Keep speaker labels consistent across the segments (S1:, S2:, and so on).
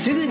S1: 役立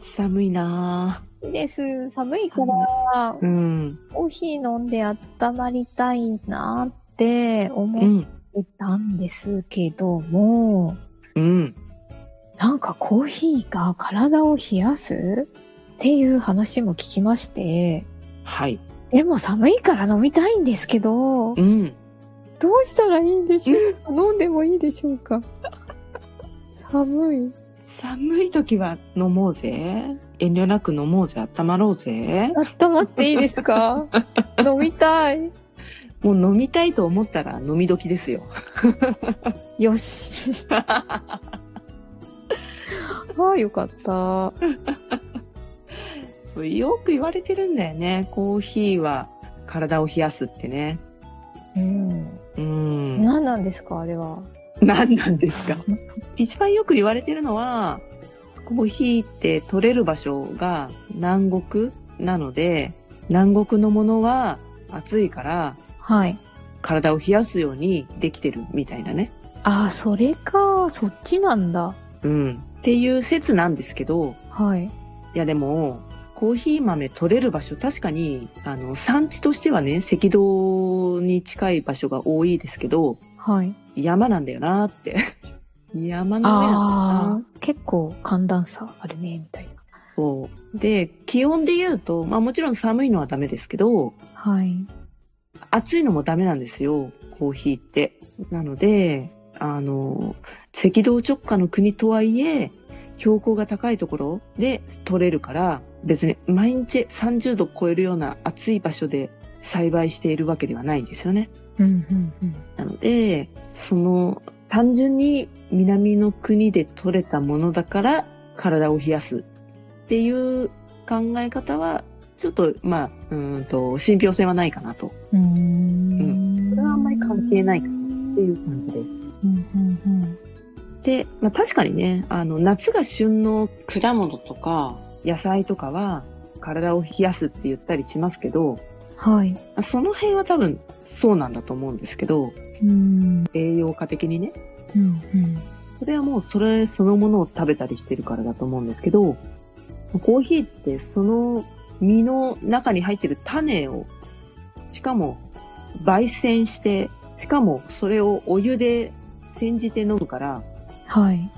S2: 寒いな
S3: です。寒い
S2: からぁ。うん。
S3: コーヒー飲んで温まりたいなって
S2: う
S3: 思っ
S2: ん。
S3: てたんですけども、
S2: うん。
S3: なんかコーヒーが体を冷やすっていう話も聞きまして、
S2: はい。
S3: でも寒いから飲みたいんですけど、ど
S2: うん。
S3: うしたらいいんでしょうか飲んでもいいでしょうか寒い。
S2: 寒い時は飲もうぜ。遠慮なく飲もうぜ。温まろうぜ。
S3: 温まっていいですか飲みたい。
S2: もう飲みたいと思ったら飲み時ですよ。
S3: よし。ああ、よかった。
S2: そう、よく言われてるんだよね。コーヒーは体を冷やすってね。
S3: うん。
S2: うん。
S3: 何なんですかあれは。
S2: 何なんですか一番よく言われてるのは、コーヒーって取れる場所が南国なので、南国のものは暑いから
S3: はい。
S2: 体を冷やすようにできてるみたいなね。
S3: ああ、それか。そっちなんだ。
S2: うん。っていう説なんですけど、
S3: はい。
S2: いやでも、コーヒー豆取れる場所、確かに、あの、産地としてはね、赤道に近い場所が多いですけど、
S3: はい。
S2: 山なんだよなーって。 山の上なんだよ
S3: あ
S2: な
S3: あ、結構寒暖差あるね、みたいな。
S2: そう。で、気温で言うと、まあもちろん寒いのはダメですけど、
S3: はい。
S2: 暑いのもダメなんですよ、コーヒーって。なので、あの、赤道直下の国とはいえ、標高が高いところで取れるから、別に毎日30度超えるような暑い場所で栽培しているわけではないんですよね。
S3: うん、うん、うん。
S2: なので、その、単純に南の国で取れたものだから体を冷やすっていう考え方は、ちょっと、まあ、うーんと、信憑性はないかなと
S3: うー
S2: うんんそれはあんまり関係ないかなっていう感じです。
S3: うんうんうん
S2: で、まあ、確かにね、あの、夏が旬の
S1: 果物とか
S2: 野菜とかは、体を冷やすって言ったりしますけど、
S3: はい。
S2: まあその辺は多分そうなんだと思うんですけど、
S3: うん、
S2: 栄養価的にね、
S3: うん、うん。
S2: それはもうそれそのものを食べたりしてるからだと思うんですけど、コーヒーってその実の中に入ってる種を、しかも焙煎して、しかもそれをお湯で煎じて飲むから、
S3: はい。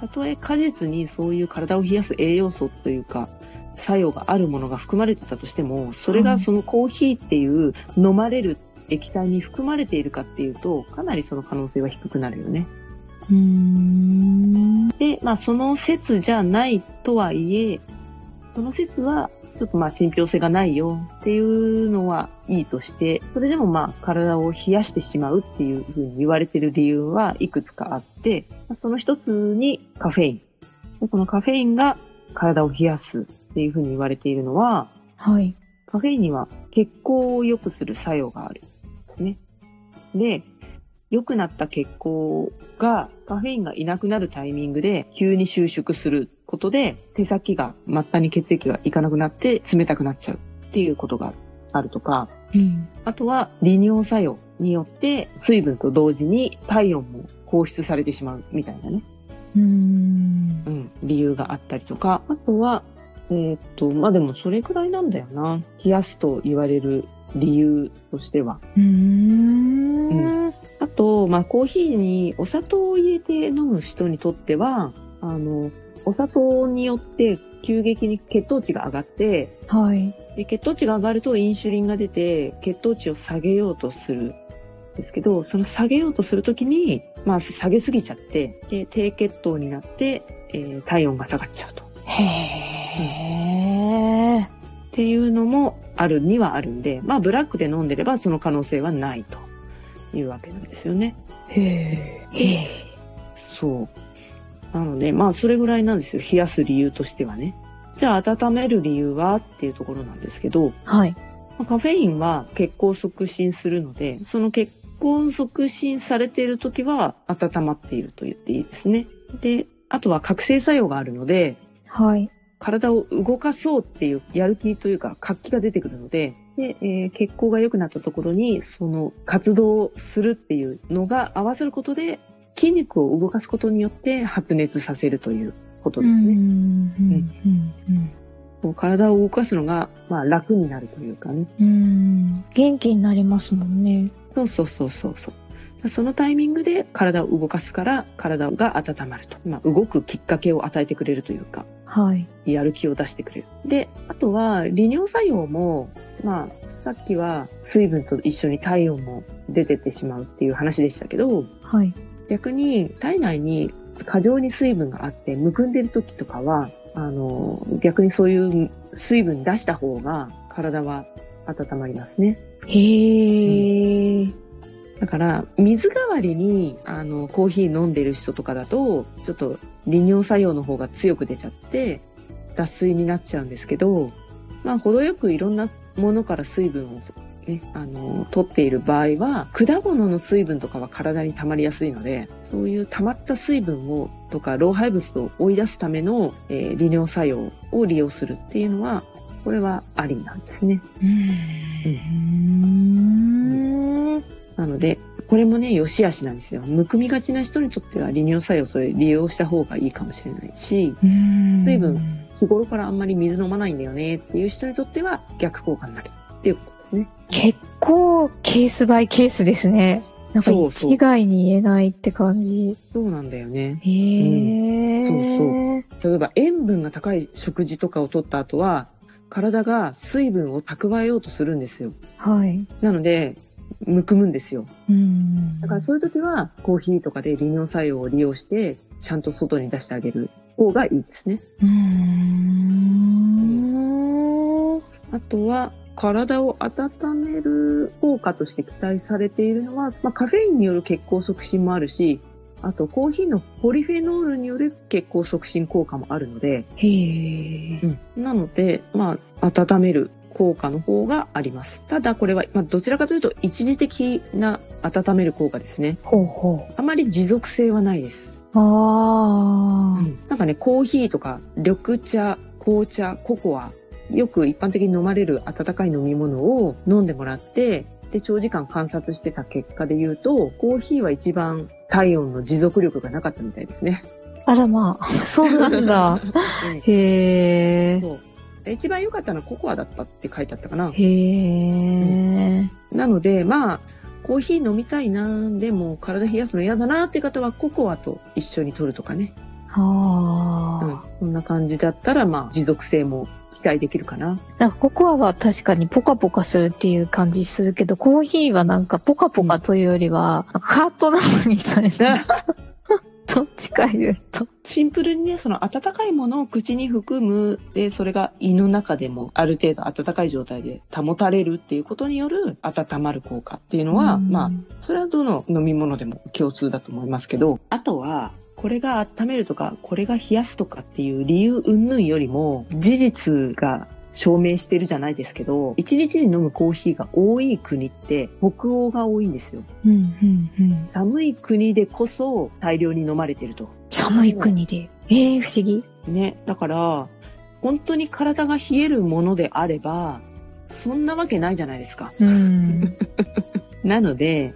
S2: たとえ果実にそういう体を冷やす栄養素というか、作用があるものが含まれてたとしても、それ
S3: は
S2: が
S3: い
S2: そのコーヒーっていう飲まれる液体に含まれているかっていうと、かなりその可能性は低くなるよね。
S3: うーん。
S2: で、まあその説じゃないとはいえ、その説はちょっとまあ信憑性がないよっていうのはいいとして、それでもまあ体を冷やしてしまうっていうふうに言われてる理由はいくつかあって、まあその一つにカフェイン。でこのカフェインが体を冷やすっていうふうに言われているのは、
S3: はい。
S2: カフェインには血行を良くする作用があるんですね。で、良くなった血行がカフェインがいなくなるタイミングで急に収縮することで手先が末端に血液がいかなくなって冷たくなっちゃうっていうことがあるとか、
S3: うん。
S2: あとは利尿作用によって水分と同時に体温も放出されてしまうみたいなね。
S3: うーん。
S2: うん、理由があったりとか、あとは、えーっと、まあ、でもそれくらいなんだよな。冷やすと言われる理由としては。
S3: うーん。
S2: あと、まあ、コーヒーにお砂糖を入れて飲む人にとっては、あの、お砂糖によって急激に血糖値が上がって、
S3: はい。
S2: で血糖値が上がるとインシュリンが出て血糖値を下げようとするんですけどその下げようとするときに、まあ、下げすぎちゃってで低血糖になって、えー体温が下がっちゃうとっ
S4: へえ。
S2: ていうのもあるにはあるんで、まあ、ブラックで飲んでればその可能性はないというわけなんですよね。
S4: へえ。
S2: そう。なので、まあ、それぐらいなんですよ。冷やす理由としてはね。じゃあ、温める理由はっていうところなんですけど、
S4: はい。
S2: まあカフェインは血行を促進するので、その血行を促進されているときは温まっていると言っていいですね。で、あとは覚醒作用があるので、
S4: はい。
S2: 体を動かそうっていうやる気というか活気が出てくるので、で、えー血行が良くなったところに、その活動をするっていうのが合わさることで、筋肉を動かすことによって発熱させるということですね。こう体を動かすのが、まあ楽になるというかね。
S4: うん。元気になりますもんね。
S2: そうそうそうそうそう。そのタイミングで体を動かすから体が温まると。まあ動くきっかけを与えてくれるというか。
S4: はい。
S2: やる気を出してくれる。で、あとは利尿作用も、まあ、さっきは水分と一緒に体温も出てってしまうっていう話でしたけど、
S4: はい。
S2: 逆に体内に過剰に水分があってむくんでる時とかは、あの、逆にそういう水分出した方が体は温まりますね。
S4: へえ。
S2: だから、水代わりに、あの、コーヒー飲んでる人とかだと、ちょっと利尿作用の方が強く出ちゃって、脱水になっちゃうんですけど、まあ、程よくいろんなものから水分を、ね、あの、取っている場合は、果物の水分とかは体に溜まりやすいので、そういう溜まった水分を、とか、老廃物を追い出すための、えー利尿作用を利用するっていうのは、これはありなんですね。
S4: うん。
S2: なので、これもね、良し悪しなんですよ。むくみがちな人にとっては利尿作用、それ利用した方がいいかもしれないし、水分。日頃からあんまり水飲まないんだよねっていう人にとっては逆効果になるっていうことですね。
S4: 結構ケースバイケースですね。なんか
S2: そうそう
S4: 一概に言えないって感じ。
S2: そうなんだよね。
S4: へえ。
S2: うん例えば塩分が高い食事とかを取った後は、体が水分を蓄えようとするんですよ。
S4: はい。
S2: なので、むくむんですよ。
S4: うん。
S2: だからそういう時は、コーヒーとかで利尿作用を利用して、ちゃんと外に出してあげる方がいいですね。
S4: うん。
S2: あとは、体を温める効果として期待されているのは、まあ、カフェインによる血行促進もあるし、あとコーヒーのポリフェノールによる血行促進効果もあるので、
S4: へえ。
S2: なので、まあ、温める効果の方があります。ただこれは、まあ、どちらかというと一時的な温める効果ですね。
S4: ほうほ
S2: あまり持続性はないです。
S4: う。ああ。
S2: なんかね、コーヒーとか緑茶、紅茶、ココア、よく一般的に飲まれる温かい飲み物を飲んでもらって、で、長時間観察してた結果で言うと、コーヒーは一番体温の持続力がなかったみたいですね。
S4: あらまあ、そうなんだ。へえ。
S2: そうで一番良かったのはココアだったって書いてあったかな。
S4: へえ。
S2: なので、まあ、コーヒー飲みたいな、でも体冷やすの嫌だなって方はココアと一緒に取るとかね。う
S4: は
S2: ん。こんな感じだったら、まあ、持続性も期待できるかな。
S4: あ。なんかココアは確かにポカポカするっていう感じするけど、コーヒーはなんかポカポカというよりは、なんかハートなのみたい な。どっちか言うと。
S2: シンプルにね、その温かいものを口に含む、で、それが胃の中でもある程度温かい状態で保たれるっていうことによる温まる効果っていうのは、まあ、それはどの飲み物でも共通だと思いますけど、あとは、これが温めるとか、これが冷やすとかっていう理由云々よりも、事実が証明してるじゃないですけど、1日に飲むコーヒーが多い国って北欧が多いんですよ。
S4: あ、うんうんうん。
S2: 寒い国でこそ大量に飲まれてると。
S4: 寒い国で。ええ不思議。
S2: ね、だから、本当に体が冷えるものであれば、そんなわけないじゃないですか。
S4: うん。
S2: なので、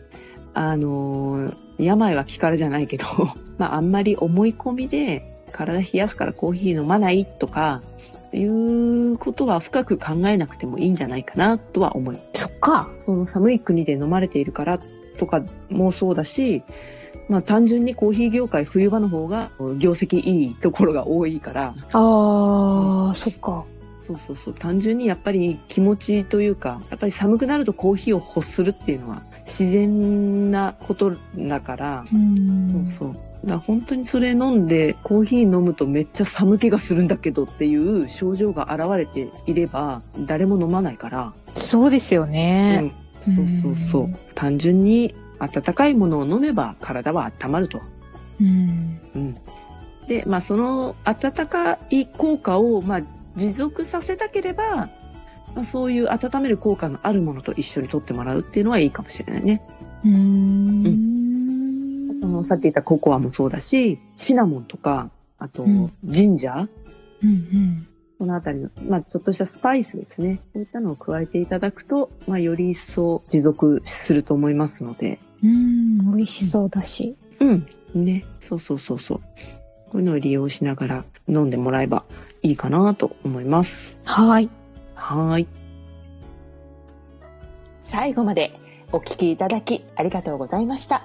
S2: あのー病は気からじゃないけど、 まあ、あんまり思い込みで、体冷やすからコーヒー飲まないとか、いうことは深く考えなくてもいいんじゃないかなとは思います
S4: そっか。
S2: その寒い国で飲まれているからとかもそうだし、まあ単純にコーヒー業界冬場の方が業績いいところが多いから、
S4: ああ、そっか。
S2: そうそうそう。単純にやっぱり気持ちというか、やっぱり寒くなるとコーヒーを欲するっていうのは自然なことだから、
S4: うん
S2: そうそう。だから本当にそれ飲んでコーヒー飲むとめっちゃ寒気がするんだけどっていう症状が現れていれば誰も飲まないから、
S4: そうですよね。
S2: うん、そうそうそう、
S4: うん
S2: 単純に温かいものを飲めば体は温まると。
S4: うん。
S2: うん、で、まあ、その温かい効果を、まあ、持続させたければ、まあ、そういう温める効果のあるものと一緒に取ってもらうっていうのはいいかもしれないね。
S4: う。
S2: うんあのさっき言ったココアもそうだしシナモンとかあと
S4: うん
S2: ジンジャー、
S4: うん
S2: このあたりの、まあ、ちょっとしたスパイスですね。こういったのを加えていただくと、まあ、より一層持続すると思いますので。
S4: うん。うん。美味しそうだし。
S2: うん。ね。そうそうそうそう。こういうのを利用しながら飲んでもらえばいいかなと思います。
S4: はい。
S2: はーい。
S1: 最後までお聞きいただきありがとうございました。